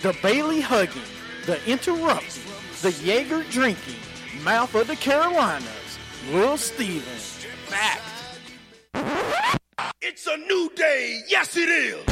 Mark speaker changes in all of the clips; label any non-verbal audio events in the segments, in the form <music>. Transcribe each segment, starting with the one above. Speaker 1: The Bailey hugging, the interrupting, the Jaeger drinking, mouth of the Carolinas, Will Stevens. Fact.
Speaker 2: It's a new day. Yes, it is.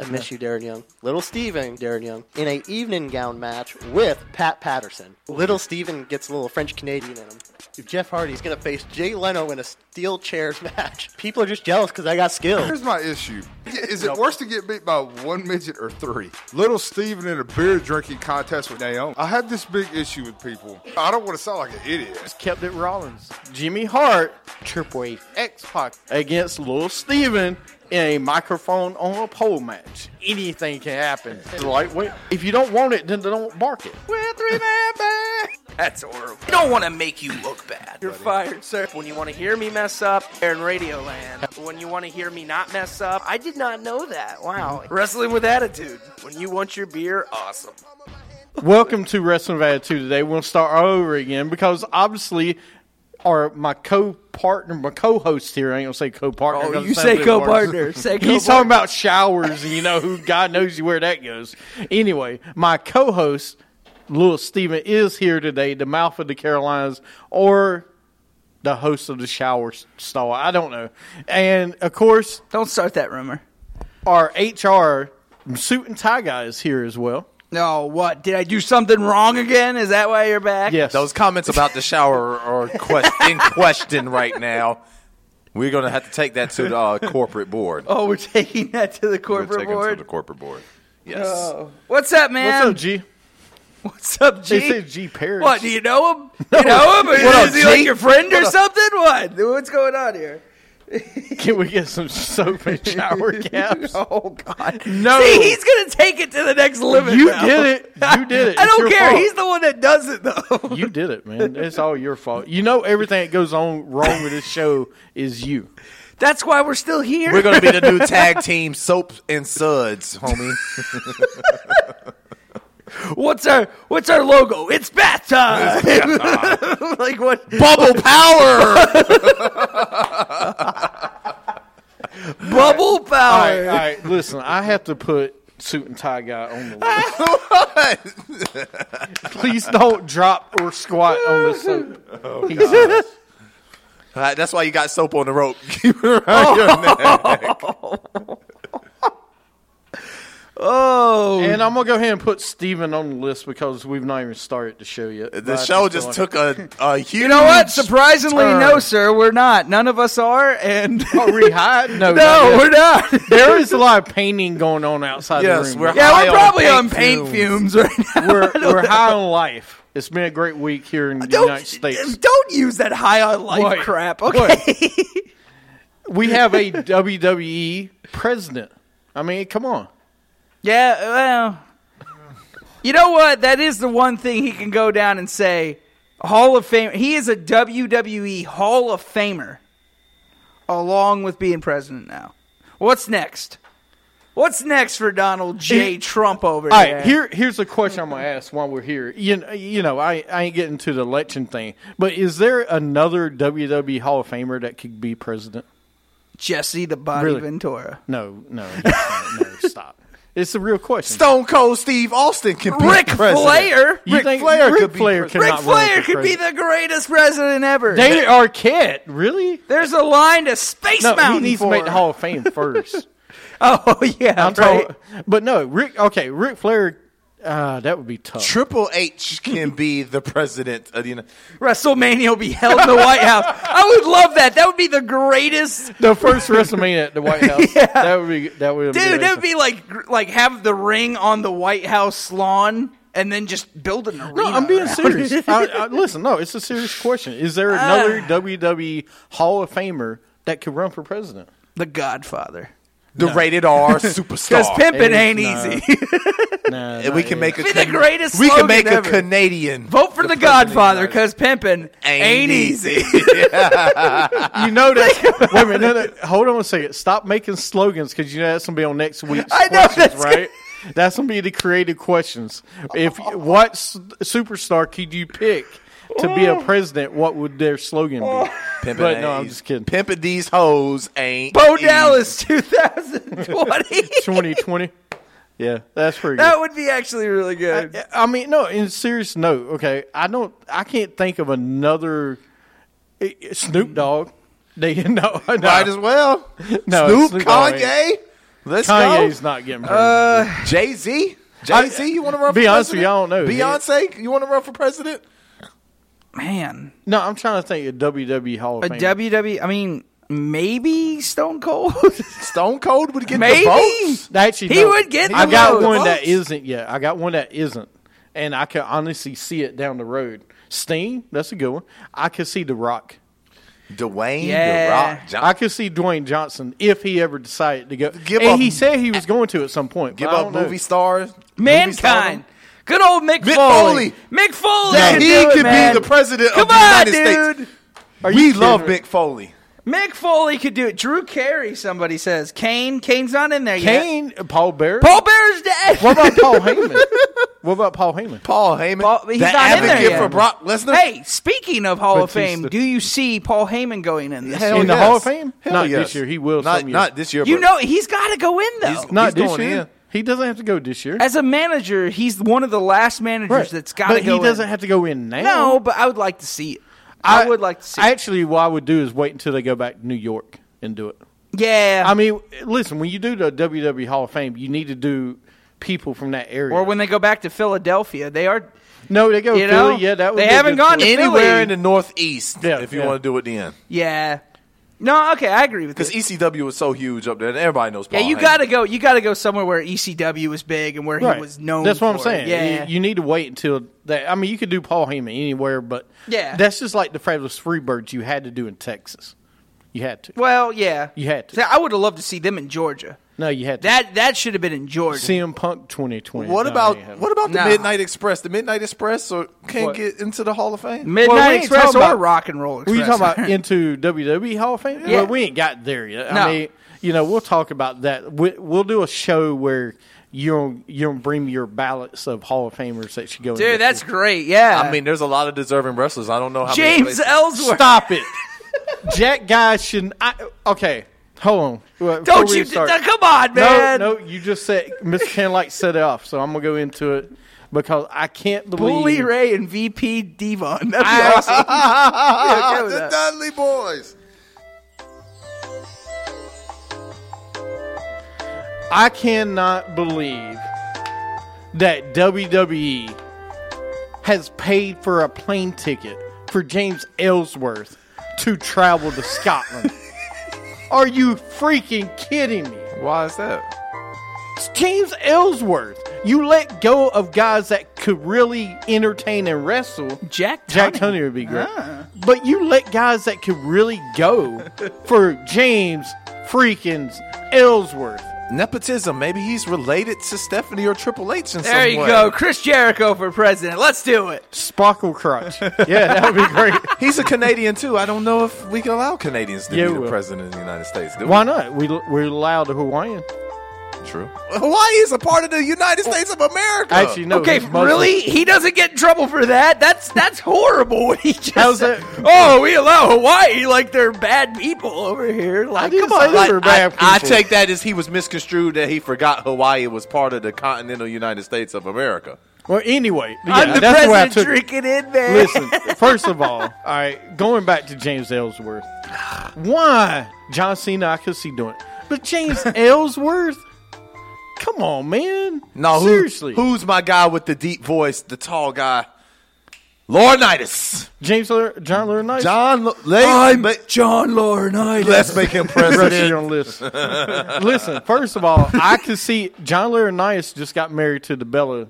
Speaker 3: I miss you, Darren Young. Little Steven, Darren Young, in a evening gown match with Pat Patterson. Little Steven gets a little French Canadian in him. If Jeff Hardy's going to face Jay Leno in a steel chairs <laughs> match. People are just jealous because I got skills.
Speaker 4: Here's my issue. Is it worse to get beat by one midget or three? Little Steven in a beer drinking contest with Naomi. I have this big issue with people. I don't want to sound like an idiot.
Speaker 1: Kept it Rollins. Jimmy Hart
Speaker 3: Chirp wave.
Speaker 1: X Pac against Lil Steven in a microphone on a pole match. Anything can happen. It's Lightweight. If you don't want it, then don't bark it. We're three man band.
Speaker 5: That's horrible. I don't want to make you look bad.
Speaker 6: You're fired, sir. When you want to hear me mess up, you're in Radio Land. When you want to hear me not mess up, I did not know that. Wow. Wrestling with attitude. When you want your beer, awesome.
Speaker 1: Welcome to Wrestling Valley 2 today. We'll start all over again because obviously our my co-partner, my co-host here, I ain't gonna say co-partner.
Speaker 6: Oh,
Speaker 1: 'cause
Speaker 6: you
Speaker 1: it
Speaker 6: say
Speaker 1: sounds a little
Speaker 6: co-partner.
Speaker 1: worse.
Speaker 6: Say
Speaker 1: He's
Speaker 6: co-partner.
Speaker 1: talking about showers and you know who God knows you where that goes. Anyway, my co-host, Lewis Steven, is here today, the mouth of the Carolinas, or the host of the shower s- stall. I don't know. And of course,
Speaker 6: Don't start that rumor.
Speaker 1: our HR suit and tie guy is here as well.
Speaker 6: No, what? Did I do something wrong again? Is that why you're back?
Speaker 1: Yes.
Speaker 5: Those comments about the shower are quest- in question right now. We're going to have to take that to the uh, corporate board.
Speaker 6: Oh, we're taking that to the
Speaker 5: We're
Speaker 6: corporate
Speaker 5: taking it
Speaker 6: board.
Speaker 5: to the corporate board. Yes.
Speaker 6: Oh. What's up,
Speaker 1: What's
Speaker 6: man?
Speaker 1: up, G?
Speaker 6: What's up, G?
Speaker 1: They said G Parrish.
Speaker 6: What do you know
Speaker 1: <laughs>
Speaker 6: him? You know him? Or
Speaker 1: What up,
Speaker 6: is he like
Speaker 1: G?
Speaker 6: your friend or something? What? What's going on
Speaker 1: <laughs>
Speaker 6: here?
Speaker 1: Can we get some soap and shower caps?
Speaker 6: <laughs> Oh God!
Speaker 1: No.
Speaker 6: See, he's gonna take it to the next limit.
Speaker 1: You
Speaker 6: now.
Speaker 1: did it.
Speaker 6: <laughs>
Speaker 1: You did it.
Speaker 6: I
Speaker 1: It's your
Speaker 6: don't care.
Speaker 1: fault.
Speaker 6: He's the one that does it though.
Speaker 1: <laughs> You did it, man. It's all your fault. You know everything that goes on wrong with this show is you.
Speaker 6: <laughs> That's why we're still here.
Speaker 5: We're going to be the new tag team, Soap and Suds, homie.
Speaker 6: what's our What's our logo? It's bath time. <laughs> like what?
Speaker 5: Bubble power.
Speaker 6: <laughs> Bubble
Speaker 1: All right, all
Speaker 6: power.
Speaker 1: right. Listen, I have to put suit and tie guy on the list. Please don't drop or squat on the soap. He says.
Speaker 5: Uh, that's why you got soap on the rope. <laughs> Keep it around your neck.
Speaker 6: Oh,
Speaker 1: <laughs> and I'm gonna go ahead and put Steven on the list because we've not even started the show yet. But I
Speaker 5: The show
Speaker 1: think
Speaker 5: just
Speaker 1: we'll-
Speaker 5: took a, a huge.
Speaker 6: you know what? Surprisingly,
Speaker 1: turn.
Speaker 6: no, sir. We're not. None of us are. And
Speaker 1: Oh, rehyde? No, not
Speaker 6: <laughs> no,
Speaker 1: yet.
Speaker 6: we're not.
Speaker 1: There is a lot of painting going on outside
Speaker 5: Yes,
Speaker 1: the
Speaker 5: we're
Speaker 1: room.
Speaker 6: <laughs> yeah,
Speaker 5: high
Speaker 6: we're probably on
Speaker 5: on
Speaker 6: paint,
Speaker 5: paint
Speaker 6: fumes. right now.
Speaker 1: we're we're high on life. It's been a great week here
Speaker 6: <laughs>
Speaker 1: in the United States.
Speaker 6: don't use that high on life
Speaker 1: Wait,
Speaker 6: crap.
Speaker 1: wait.
Speaker 6: Okay. <laughs>
Speaker 1: We have a WWE president. I mean, come on.
Speaker 6: Yeah, well, you know what? That is the one thing he can go down and say Hall of Fame. He is a WWE Hall of Famer, along with being president now. What's next? What's next for Donald J.
Speaker 1: He-
Speaker 6: Trump over
Speaker 1: All
Speaker 6: there?
Speaker 1: right, here here's a question I'm gonna ask while we're here. You kn- you know, I I ain't getting to the election thing, but is there another WWE Hall of Famer that could be president?
Speaker 6: Jesse the Body
Speaker 1: Really?
Speaker 6: Ventura,
Speaker 1: No, no, no, no stop. It's a real question.
Speaker 5: Stone Cold Steve Austin can be
Speaker 6: Rick
Speaker 5: president.
Speaker 6: Flair.
Speaker 1: You
Speaker 5: Rick
Speaker 1: think
Speaker 5: Flair
Speaker 1: Ric
Speaker 5: could be
Speaker 1: Flair
Speaker 5: president.
Speaker 6: Ric
Speaker 1: cannot run
Speaker 6: Flair
Speaker 1: for
Speaker 6: could be
Speaker 1: president.
Speaker 6: the greatest president ever.
Speaker 1: David Arquette, really?
Speaker 6: There's a line to Space
Speaker 1: No,
Speaker 6: Mountain.
Speaker 1: he needs
Speaker 6: for.
Speaker 1: to make the Hall of Fame first.
Speaker 6: Oh <laughs> yeah,
Speaker 1: <laughs> I'm
Speaker 6: right.
Speaker 1: talking, but no, Rick. Okay, Rick Flair. Uh, that would be tough.
Speaker 5: Triple H can be the president of the United
Speaker 6: WrestleMania will be held in the White House. I would love that. That would be the greatest.
Speaker 1: The first WrestleMania at the <laughs> White House.
Speaker 6: Yeah.
Speaker 1: That would be that would be
Speaker 6: Dude,
Speaker 1: amazing.
Speaker 6: that would be like like have the ring on the White House lawn and then just build an arena.
Speaker 1: No, I'm being <laughs>
Speaker 6: around
Speaker 1: serious.
Speaker 6: it.
Speaker 1: I, I, listen, no, it's a serious question. Is there Uh. E another WWE Hall of Famer that could run for president?
Speaker 6: the Godfather.
Speaker 5: the rated
Speaker 1: <laughs>
Speaker 5: R superstar.
Speaker 6: Because pimping ain't
Speaker 1: It's not.
Speaker 6: easy. <laughs>
Speaker 1: Nah,
Speaker 5: <laughs> And
Speaker 1: not
Speaker 5: we
Speaker 1: yet.
Speaker 5: can make a
Speaker 6: be the
Speaker 5: Can-
Speaker 6: greatest
Speaker 5: We can
Speaker 6: slogan
Speaker 5: make
Speaker 6: ever.
Speaker 5: a Canadian.
Speaker 6: Vote for the,
Speaker 5: president of the
Speaker 6: Godfather
Speaker 5: United
Speaker 6: because pimping ain't,
Speaker 5: <laughs>
Speaker 6: easy.
Speaker 1: you know
Speaker 6: <laughs>
Speaker 1: that. wait a minute, no, no, hold on a second. Stop making slogans because you know that's gonna be on next week's
Speaker 6: I know,
Speaker 1: questions,
Speaker 6: that's-
Speaker 1: right? That's gonna be the creative questions. If what s- superstar could you pick to be a president? What would their slogan <laughs> be? But
Speaker 5: Pimpin'
Speaker 1: no,
Speaker 5: ain't
Speaker 1: I'm
Speaker 5: easy.
Speaker 1: just kidding.
Speaker 5: Pimpin' these hoes ain't.
Speaker 6: Bo
Speaker 5: easy.
Speaker 6: Dallas <laughs> 2020.
Speaker 1: 2020. Yeah, that's pretty.
Speaker 6: that
Speaker 1: good.
Speaker 6: would be actually really good.
Speaker 1: I mean, no. In serious note, okay, I don't. I can't think of another eh, eh, Snoop Dogg. <laughs> They no, no,
Speaker 5: Might as well.
Speaker 1: <laughs> no,
Speaker 5: Snoop,
Speaker 1: Dogg ain't-
Speaker 5: Kanye. Let's
Speaker 1: Kanye's not getting. President.
Speaker 5: go. Jay Z. Jay Z, you want to run?
Speaker 1: be
Speaker 5: for
Speaker 1: honest with
Speaker 5: president?
Speaker 1: you, I don't know.
Speaker 5: Beyonce, you want to run for president?
Speaker 6: Man,
Speaker 1: No, I'm trying to think of WWE Hall of
Speaker 6: a
Speaker 1: Fame.
Speaker 6: WWE. I mean, maybe Stone Cold. <laughs>
Speaker 5: Stone Cold would get
Speaker 6: Maybe.
Speaker 5: the votes.
Speaker 1: Actually,
Speaker 6: He
Speaker 1: no.
Speaker 6: would get
Speaker 1: I
Speaker 6: the
Speaker 1: got
Speaker 6: votes.
Speaker 1: one that
Speaker 5: Votes.
Speaker 1: isn't yet. I got one that isn't, and I can honestly see it down the road. Sting, that's a good one. I could see The Rock.
Speaker 5: Dwayne
Speaker 6: Yeah.
Speaker 5: the Rock Johnson.
Speaker 1: I could see Dwayne Johnson if he ever decided to go.
Speaker 5: Give
Speaker 1: and
Speaker 5: up-
Speaker 1: he said he was going to at some point.
Speaker 5: Give
Speaker 1: but I
Speaker 5: up
Speaker 1: don't know.
Speaker 5: movie stars. Movie
Speaker 6: Mankind.
Speaker 5: stardom.
Speaker 6: Good old Mick,
Speaker 5: Mick
Speaker 6: Foley.
Speaker 5: Foley.
Speaker 6: Mick Foley.
Speaker 5: That
Speaker 6: can
Speaker 5: he
Speaker 6: do it,
Speaker 5: could
Speaker 6: man.
Speaker 5: be the president
Speaker 6: Come
Speaker 5: of the
Speaker 6: on,
Speaker 5: United
Speaker 6: dude.
Speaker 5: States.
Speaker 1: Are you
Speaker 5: We
Speaker 1: kidding
Speaker 5: love
Speaker 1: me?
Speaker 5: Mick Foley.
Speaker 6: Mick Foley could do it. Drew Carey, somebody says. Kane. Kane's not in there yet.
Speaker 1: Kane, uh, Paul Bear.
Speaker 6: Paul Bear's dead.
Speaker 1: What about Paul Heyman? What about Paul Heyman?
Speaker 5: Paul Heyman.
Speaker 6: Paul- he's
Speaker 5: that
Speaker 6: not in there
Speaker 5: advocate
Speaker 6: yet.
Speaker 5: for Brock Lesnar.
Speaker 6: Hey, speaking of Hall of
Speaker 1: Batista.
Speaker 6: Fame, do you see Paul Heyman going in this?
Speaker 5: Hell
Speaker 6: year?
Speaker 1: In the
Speaker 5: yes.
Speaker 1: Hall of Fame?
Speaker 5: Hell
Speaker 1: Not
Speaker 5: yes.
Speaker 1: this year. He will
Speaker 5: Not,
Speaker 1: some year.
Speaker 5: not this year.
Speaker 6: You
Speaker 5: but-
Speaker 6: know he's got to go in though.
Speaker 5: He's-
Speaker 1: Not
Speaker 5: he's
Speaker 1: this
Speaker 5: going
Speaker 1: year.
Speaker 5: in.
Speaker 1: He doesn't have to go this year.
Speaker 6: As a manager, he's one of the last managers
Speaker 1: Right.
Speaker 6: that's got to
Speaker 1: But
Speaker 6: go.
Speaker 1: he doesn't
Speaker 6: in.
Speaker 1: have to go in now.
Speaker 6: No, but I would like to see it. I, would like to see. it.
Speaker 1: Actually, what I would do is wait until they go back to New York and do it.
Speaker 6: yeah,
Speaker 1: I mean, listen, when you do the WWE Hall of Fame, you need to do people from that area.
Speaker 6: or when they go back to Philadelphia, they are.
Speaker 1: no, they go
Speaker 6: you
Speaker 1: Philly.
Speaker 6: know,
Speaker 1: yeah, that would
Speaker 6: they
Speaker 1: be a
Speaker 6: haven't
Speaker 1: good
Speaker 6: gone
Speaker 1: choice.
Speaker 6: to-
Speaker 5: anywhere
Speaker 6: Philly.
Speaker 5: in the Northeast
Speaker 1: Yeah,
Speaker 5: if you
Speaker 1: yeah.
Speaker 5: want to do it then. E
Speaker 6: Yeah, no, okay, I agree with
Speaker 5: Because
Speaker 6: this.
Speaker 5: ECW was so huge up there, and everybody knows.
Speaker 6: Yeah,
Speaker 5: Paul
Speaker 6: you
Speaker 5: Heyman.
Speaker 6: gotta go. You gotta go somewhere where ECW was big and where he was known.
Speaker 1: That's what I'm
Speaker 6: for.
Speaker 1: saying.
Speaker 6: Yeah,
Speaker 1: You, you need to wait until that. I mean, you could do Paul Heyman anywhere, but
Speaker 6: Yeah.
Speaker 1: that's just like the Fabulous Freebirds you had to do in Texas. You had to.
Speaker 6: well, yeah,
Speaker 1: You had to.
Speaker 6: See, I would have loved to see them in Georgia.
Speaker 1: No, you had to.
Speaker 6: That that should have been in Georgia.
Speaker 1: CM Punk 2020.
Speaker 5: What
Speaker 1: No, they
Speaker 5: about
Speaker 1: haven't.
Speaker 5: what about the
Speaker 6: Nah.
Speaker 5: Midnight Express? The Midnight Express or can't
Speaker 1: What?
Speaker 5: get into the Hall of Fame.
Speaker 6: Midnight
Speaker 1: Well, we ain't
Speaker 6: Express or
Speaker 1: talking about-
Speaker 6: Rock and Roll Express.
Speaker 1: Were you talking about into WWE Hall of Fame?
Speaker 6: Yeah.
Speaker 1: Well, we ain't got there yet.
Speaker 6: No.
Speaker 1: I mean, you know, we'll talk about that. We, we'll do a show where you'll you'll bring your ballots of Hall of Famers that should go. in
Speaker 6: <laughs> Dude,
Speaker 1: this
Speaker 6: that's
Speaker 1: year.
Speaker 6: great. Yeah,
Speaker 5: I mean, there's a lot of deserving wrestlers. I don't know how many
Speaker 6: James
Speaker 5: places-
Speaker 1: <laughs>
Speaker 6: Ellsworth.
Speaker 1: stop
Speaker 6: <laughs>
Speaker 1: it. Jack guys should. I, okay, hold on. Well, before
Speaker 6: Don't
Speaker 1: we
Speaker 6: you?
Speaker 1: start-
Speaker 6: d- come on,
Speaker 1: no,
Speaker 6: man.
Speaker 1: no, you just said Miss Canlight set it off, so I'm gonna go into it because I can't believe
Speaker 6: Bully Ray and VP Devon. That'd be awesome.
Speaker 1: <laughs>
Speaker 6: Yeah, okay with
Speaker 7: the
Speaker 6: that.
Speaker 7: Dudley Boys.
Speaker 1: I cannot believe that WWE has paid for a plane ticket for James Ellsworth to travel to
Speaker 5: <laughs>
Speaker 1: Scotland. Are you freaking kidding me?
Speaker 5: Why is that?
Speaker 1: It's James Ellsworth. You let go of guys that could really entertain and wrestle.
Speaker 6: Jack Tunney.
Speaker 1: Jack Tony would be great.
Speaker 5: Ah.
Speaker 1: But you let guys that could really go
Speaker 5: <laughs>
Speaker 1: for James freaking Ellsworth.
Speaker 5: Nepotism. Maybe he's related to Stephanie or Triple H in some
Speaker 6: There you
Speaker 5: way.
Speaker 6: go, Chris Jericho for president. Let's do it.
Speaker 1: Sparkle crotch. Yeah, that would be great.
Speaker 5: <laughs> He's a Canadian too. I don't know if we can allow Canadians to
Speaker 1: Yeah,
Speaker 5: be
Speaker 1: we
Speaker 5: the
Speaker 1: will.
Speaker 5: president of the United States.
Speaker 1: <laughs>
Speaker 5: Do
Speaker 1: Why not? We we're allowed a Hawaiian.
Speaker 5: we? True. Hawaii is a part of the United States of America.
Speaker 1: Actually, no.
Speaker 6: okay,
Speaker 1: he's Muslim.
Speaker 6: really? He doesn't get in trouble for that. That's that's horrible. What he just
Speaker 1: How's
Speaker 6: said.
Speaker 1: that-
Speaker 6: Oh, we allow Hawaii like they're bad people over here. Like,
Speaker 1: didn't
Speaker 6: come on,
Speaker 1: say they were
Speaker 5: I,
Speaker 1: bad
Speaker 5: I
Speaker 1: people.
Speaker 5: take that as he was misconstrued that he forgot Hawaii was part of the continental United States of America.
Speaker 1: Well, anyway,
Speaker 6: I'm
Speaker 1: yeah,
Speaker 6: the
Speaker 1: that's the way I
Speaker 6: president
Speaker 1: took. it.
Speaker 6: drinking in there.
Speaker 1: Listen, first of all, all right, going back to James Ellsworth, why John Cena? I could see doing, it. but James Ellsworth, come on, man.
Speaker 5: No, who-
Speaker 1: seriously,
Speaker 5: who's my guy with the deep voice, the tall guy? Laurinaitis.
Speaker 1: James Ler- John Laurinaitis?
Speaker 5: John L- I'm
Speaker 6: John Laurinaitis.
Speaker 5: Let's
Speaker 1: <laughs>
Speaker 5: make him
Speaker 1: Rush it
Speaker 5: president.
Speaker 1: on list.
Speaker 5: <laughs>
Speaker 1: Listen, first of all, I could see John Laurinaitis just got married to the Bella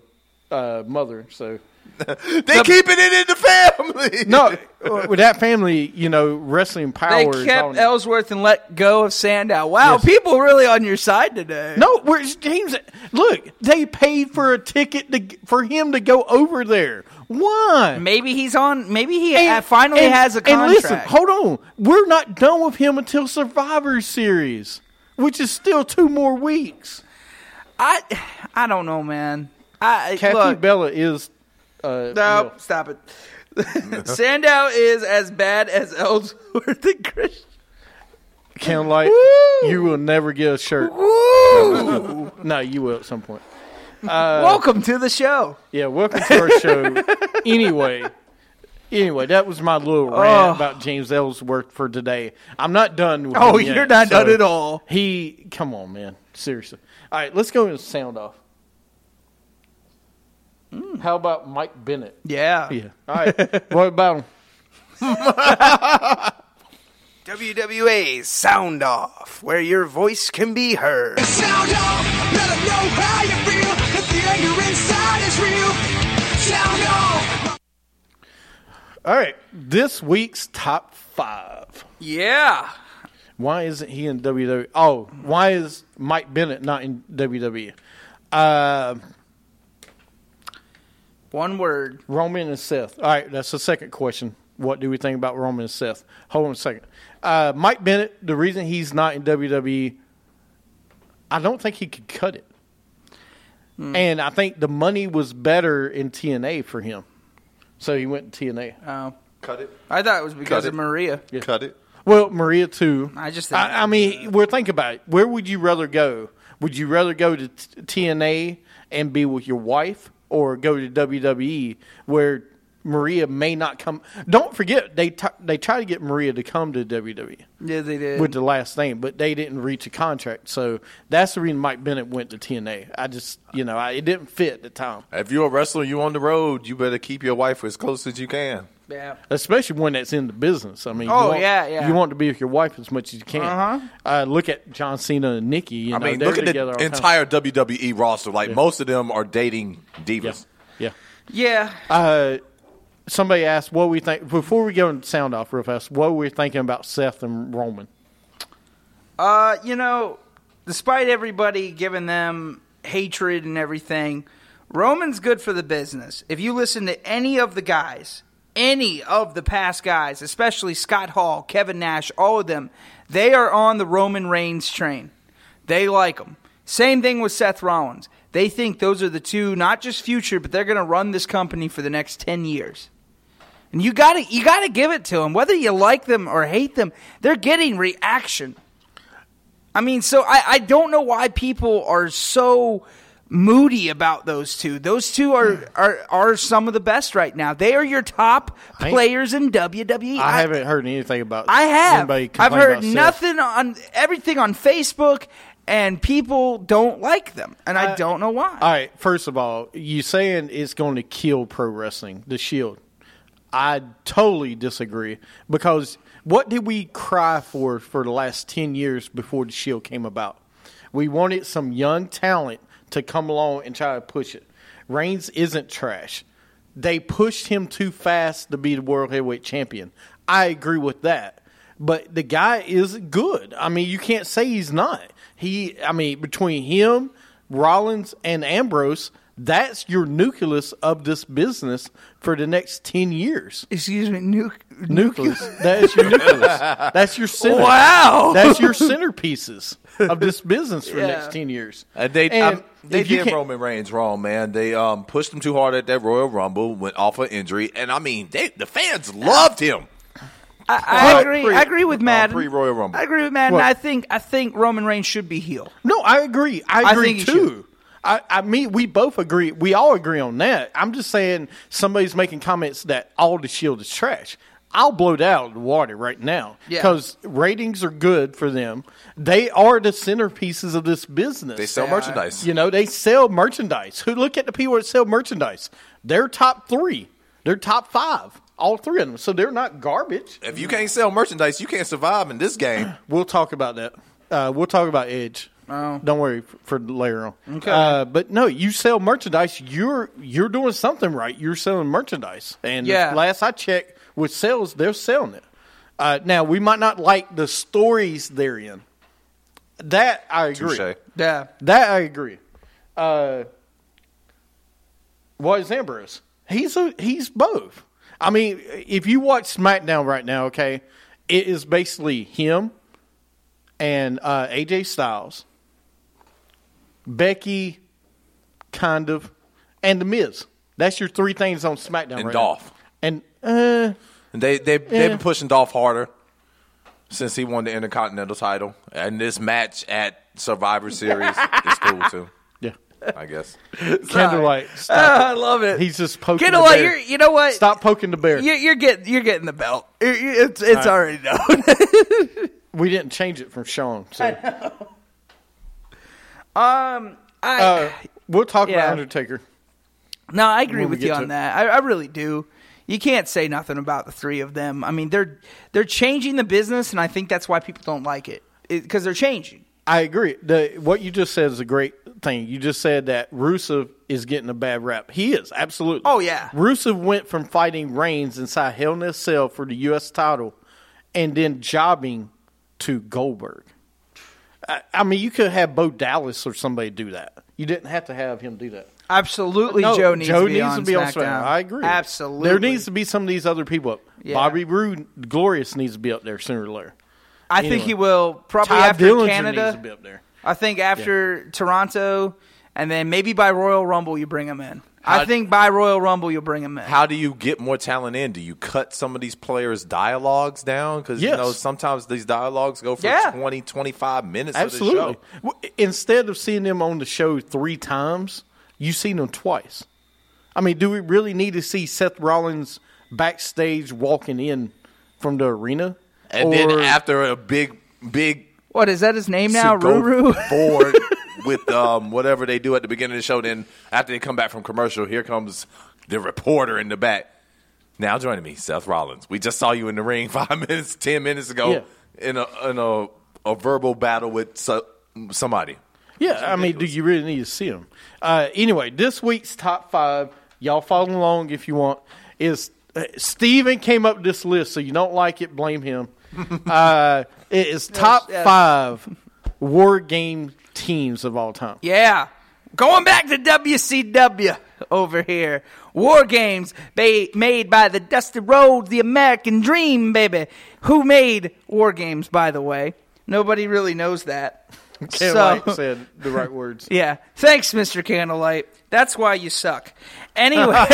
Speaker 1: uh, mother, so
Speaker 5: They keeping it in the family.
Speaker 1: No, with that family, you know, wrestling
Speaker 6: They
Speaker 1: power. is all-
Speaker 6: kept Ellsworth and let go of Sandow. Wow, people really on your side today.
Speaker 1: no, we're James. Look, they paid for a ticket to, for him to go over there. Why?
Speaker 6: Maybe he's on. Maybe he
Speaker 1: And-
Speaker 6: finally
Speaker 1: and-
Speaker 6: has a
Speaker 1: And
Speaker 6: contract.
Speaker 1: listen, hold on. We're not done with him until Survivor Series, which is still two more weeks.
Speaker 6: I, I don't know, man. I
Speaker 1: Kathy
Speaker 6: look,
Speaker 1: Bella is. Uh,
Speaker 6: no,
Speaker 1: real.
Speaker 6: stop it. <laughs> Sandow is as bad as Ellsworth and Christian.
Speaker 1: Kind like you will never get a shirt.
Speaker 6: Uh,
Speaker 1: <laughs> No, you will at some point.
Speaker 6: Welcome to the show.
Speaker 1: Yeah, welcome to our
Speaker 6: <laughs>
Speaker 1: show. anyway, anyway, that was my little rant
Speaker 6: Oh.
Speaker 1: about James Ellsworth for today. I'm not done. With
Speaker 6: Oh,
Speaker 1: him yet,
Speaker 6: you're not
Speaker 1: so
Speaker 6: done at all.
Speaker 1: He, come on, man, seriously. All right, let's go and sound off. How about Mike Bennett?
Speaker 6: Hmm. Yeah.
Speaker 1: Yeah. All right.
Speaker 6: <laughs>
Speaker 1: what about him?
Speaker 6: WWA Sound Off, where your voice can be heard.
Speaker 8: Sound off, let 'em know how you feel. If the anger inside is real, sound off.
Speaker 1: All right, this week's top five.
Speaker 6: Yeah.
Speaker 1: Why isn't he in WWE? Oh, why is Mike Bennett not in E? WWE? Uh,
Speaker 6: One word.
Speaker 1: Roman and Seth. All right, that's the second question. What do we think about Roman and Seth? Hold on a second. Uh, Mike Bennett, the reason he's not in WWE, I don't think he could cut it. And I think the money was better in TNA for him. So he went to TNA.
Speaker 6: Oh.
Speaker 5: Cut it.
Speaker 6: I thought it was because
Speaker 5: Got
Speaker 6: of
Speaker 5: it.
Speaker 6: Maria.
Speaker 5: Cut it.
Speaker 1: Well, Maria too.
Speaker 6: I just think-
Speaker 1: I, I mean, we're thinking about it. Where would you rather go? Would you rather go to t- TNA and be with your wife, or go to WWE where Maria may not come? Don't forget they t- they tried to get Maria to come to WWE
Speaker 6: Yeah, they did.
Speaker 1: with the last name, but they didn't reach a contract. So that's the reason Mike Bennett went to TNA. I just you know I, it didn't fit at the time,
Speaker 5: If you're a wrestler, you on the road. You better keep your wife as close as you can.
Speaker 6: yeah.
Speaker 1: especially when that's in the business. I mean, you
Speaker 6: Oh,
Speaker 1: want-
Speaker 6: yeah, yeah.
Speaker 1: you want to be with your wife as much as you can. Uh-huh. look at John Cena and Nikki. You
Speaker 5: I
Speaker 1: know,
Speaker 5: mean,
Speaker 1: they're
Speaker 5: look at
Speaker 1: together
Speaker 5: the
Speaker 1: all time.
Speaker 5: entire WWE roster. Like most of them are dating divas.
Speaker 1: Yeah.
Speaker 6: Yeah.
Speaker 1: Uh, somebody asked what we think before we go and sound off real fast. What we're thinking about Seth and Roman.
Speaker 6: Uh, you know, despite everybody giving them hatred and everything, Roman's good for the business. If you listen to any of the guys, any of the past guys, especially Scott Hall, Kevin Nash, all of them, they are on the Roman Reigns train. They like him. Same thing with Seth Rollins. They think those are the two, not just future, but they're going to run this company for the next 10 years. And you got to you got to give it to them whether you like them or hate them. They're getting reaction. I mean, so I, I don't know why people are so moody about those two. Those two
Speaker 1: Hmm.
Speaker 6: are, are, are some of the best right now. They are your top
Speaker 1: I-
Speaker 6: players in WWE.
Speaker 1: I, haven't heard anything about.
Speaker 6: I have.
Speaker 1: Anybody
Speaker 6: I've
Speaker 1: complain
Speaker 6: heard
Speaker 1: about Seth.
Speaker 6: nothing on everything on Facebook, and people don't like them, and I, don't know why.
Speaker 1: All right. First of all, you saying it's going to kill pro wrestling, the Shield. I totally disagree because what did we cry for for the last ten years before the Shield came about? We wanted some young talent to come along and try to push it. Reigns isn't trash. They pushed him too fast to be the world heavyweight champion. I agree with that. But the guy is good. I mean, you can't say he's not. He, I mean, between him, Rollins, and Ambrose, that's your nucleus of this business for the next 10 years.
Speaker 6: Excuse me, nuke.
Speaker 1: Nucleus. <laughs> That is your nucleus. That's your center.
Speaker 6: Wow.
Speaker 1: That's your centerpieces of this business for the
Speaker 6: Yeah.
Speaker 1: next 10 years.
Speaker 5: And they um, they
Speaker 1: if you
Speaker 5: did
Speaker 1: can't-
Speaker 5: Roman Reigns wrong, man. They um, pushed him too hard at that Royal Rumble, went off an injury, and I mean, they, the fans loved him.
Speaker 6: I, I
Speaker 5: Uh,
Speaker 6: agree.
Speaker 5: pre-
Speaker 6: I agree with
Speaker 5: uh,
Speaker 6: Madden.
Speaker 5: pre-Royal Rumble.
Speaker 6: I agree with Madden.
Speaker 1: What?
Speaker 6: I think I think Roman Reigns should be heel.
Speaker 1: No, I agree. I
Speaker 6: I
Speaker 1: agree
Speaker 6: think he should.
Speaker 1: too. I, I mean, we both agree. We all agree on that. I'm just saying somebody's making comments that all the shield is trash. I'll blow that out of the water right now
Speaker 6: Yeah.
Speaker 1: because ratings are good for them. They are the centerpieces of this business.
Speaker 5: They sell merchandise.
Speaker 1: You know, they sell merchandise. Who look at the people that sell merchandise? They're top three. They're top five. All three of them. So they're not garbage.
Speaker 5: If you can't sell merchandise, you can't survive in this game.
Speaker 1: We'll talk about that. Uh, we'll talk about Edge
Speaker 6: Oh.
Speaker 1: Don't worry f- for later on.
Speaker 6: Okay.
Speaker 1: Uh, but no, you sell merchandise. You're you're doing something right. You're selling merchandise, and
Speaker 6: Yeah.
Speaker 1: last I checked with sales, they're selling it. Uh, now we might not like the stories they're in. That I agree.
Speaker 5: Touche.
Speaker 6: Yeah.
Speaker 1: That I agree. Uh, what is Ambrose? He's a, he's both. I mean, if you watch SmackDown right now, okay, it is basically him and uh, AJ Styles, Becky, kind of, and The Miz. That's your three things on SmackDown
Speaker 5: And
Speaker 1: right
Speaker 5: Dolph.
Speaker 1: now. And uh,
Speaker 5: And they they they've
Speaker 1: Yeah.
Speaker 5: been pushing Dolph harder since he won the Intercontinental title, and this match at
Speaker 1: <laughs>
Speaker 5: Survivor Series is cool too.
Speaker 1: yeah,
Speaker 5: I guess.
Speaker 1: Candlelight. Stop.
Speaker 6: <laughs> I love it.
Speaker 1: it.
Speaker 6: <laughs>
Speaker 1: He's just poking.
Speaker 6: Get
Speaker 1: the
Speaker 6: a lot.
Speaker 1: bear.
Speaker 6: Uh, You're, you know what?
Speaker 1: Stop poking the bear.
Speaker 6: You're, you're getting you're getting the belt. You're- you're- It's it's already known. <laughs>
Speaker 1: We didn't change it from Sean. So.
Speaker 6: Um, I,
Speaker 1: Uh, we'll talk
Speaker 6: Yeah.
Speaker 1: about Undertaker.
Speaker 6: no, I agree
Speaker 1: when we
Speaker 6: with
Speaker 1: get
Speaker 6: you
Speaker 1: to
Speaker 6: on
Speaker 1: it.
Speaker 6: that. I, I really do. You can't say nothing about the three of them. I mean, they're they're changing the business, and I think that's why people don't like it because they're changing.
Speaker 1: I agree. The, what you just said is a great thing. You just said that Rusev is getting a bad rap. He is absolutely.
Speaker 6: Oh, yeah.
Speaker 1: Rusev went from fighting Reigns inside Hell in a Cell for the U.S. title, and then jobbing to Goldberg. I, I mean, you could have Bo Dallas or somebody do that. You didn't have to have him do that.
Speaker 6: Absolutely,
Speaker 1: No,
Speaker 6: Joe needs
Speaker 1: Joe
Speaker 6: to be,
Speaker 1: needs
Speaker 6: on,
Speaker 1: to be on
Speaker 6: SmackDown.
Speaker 1: SmackDown. I agree.
Speaker 6: Absolutely,
Speaker 1: There needs to be some of these other people. up.
Speaker 6: Yeah.
Speaker 1: Bobby Roode, Glorious needs to be up there sooner or later.
Speaker 6: I think he will probably
Speaker 1: Ty
Speaker 6: after
Speaker 1: Dillinger needs to
Speaker 6: Canada.
Speaker 1: be up there.
Speaker 6: I think after Toronto, and then maybe by Royal Rumble you bring him in. I
Speaker 5: How-
Speaker 6: think by Royal Rumble you'll bring him in.
Speaker 5: How do you get more talent in? Do you cut some of these players' dialogues down? Because you
Speaker 1: Yes.
Speaker 5: know sometimes these dialogues go for
Speaker 6: Yeah.
Speaker 5: twenty, twenty-five 20, 25 minutes of the
Speaker 1: Absolutely.
Speaker 5: show.
Speaker 1: W- Instead of seeing them on the show three times, you seen them twice. I mean, do we really need to see Seth Rollins backstage walking in from the arena?
Speaker 5: And then after a big, big
Speaker 6: What is that his name now?
Speaker 5: to go
Speaker 6: Ruru. <laughs>
Speaker 5: forward with um, whatever they do at the beginning of the show. Then after they come back from commercial, here comes the reporter in the back. Now joining me, Seth Rollins. We just saw you in the ring <laughs> five minutes, ten minutes ago in a in a, a verbal battle with so, somebody.
Speaker 1: yeah, I mean, do you really need to see them? Uh, anyway, this week's top five, y'all follow along if you want, is uh, Steven came up with this list, so you don't like it, blame
Speaker 5: <laughs>
Speaker 1: him. uh, it is top
Speaker 6: yes.
Speaker 1: five war game teams of all time.
Speaker 6: Yeah. Going back to WCW <laughs> over here. War games ba- made by the Dusty Roads, the American Dream, baby. Who made War Games, by the way? Nobody really
Speaker 5: <laughs>
Speaker 6: knows that.
Speaker 1: <laughs> Can't
Speaker 6: So-
Speaker 1: like said the right words. <laughs>
Speaker 6: Yeah. Thanks, Mr. Candlelight. That's why you suck.
Speaker 5: <laughs>
Speaker 6: Anyway, <laughs>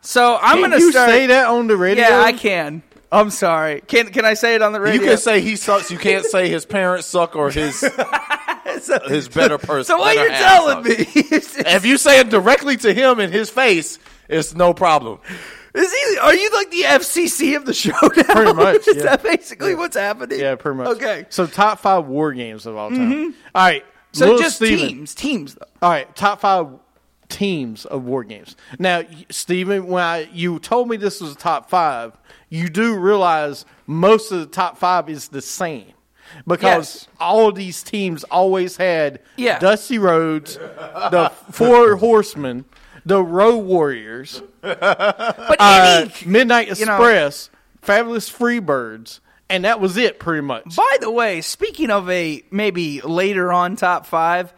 Speaker 6: so I'm
Speaker 1: Can
Speaker 6: going to
Speaker 1: you
Speaker 6: start.
Speaker 1: say that on the radio?
Speaker 6: yeah, I can. I'm sorry. Can can I say it on the
Speaker 5: You
Speaker 6: radio?
Speaker 5: can say he sucks. You can't say his parents suck or
Speaker 6: <laughs>
Speaker 5: his his better person.
Speaker 6: so what
Speaker 5: better
Speaker 6: you're
Speaker 5: half
Speaker 6: telling
Speaker 5: sucks.
Speaker 6: me <laughs> is just-
Speaker 5: If you say it directly to him in his face, it's no problem.
Speaker 6: Is he? Are you like the FCC of the show now? <laughs>
Speaker 1: Pretty much,
Speaker 6: Is
Speaker 1: yeah.
Speaker 6: that basically what's happening?
Speaker 1: Yeah, pretty much.
Speaker 6: Okay. Mm-hmm.
Speaker 1: So top five war games of all time. All right.
Speaker 6: So
Speaker 1: Little
Speaker 6: just
Speaker 1: Steven.
Speaker 6: teams, teams though.
Speaker 1: All right, top five teams of war games. Now, y- Steven, when I, you told me this was the top five, you do realize most of the top five is the same because
Speaker 6: Yes.
Speaker 1: all of these teams always had
Speaker 6: Yeah.
Speaker 1: Dusty Rhodes, the <laughs> Four Horsemen, the Road Warriors,
Speaker 6: But
Speaker 1: uh,
Speaker 6: any,
Speaker 1: Midnight
Speaker 6: know-
Speaker 1: Express, Fabulous Freebirds, and that was it pretty much.
Speaker 6: by the way, speaking of a maybe later on top five,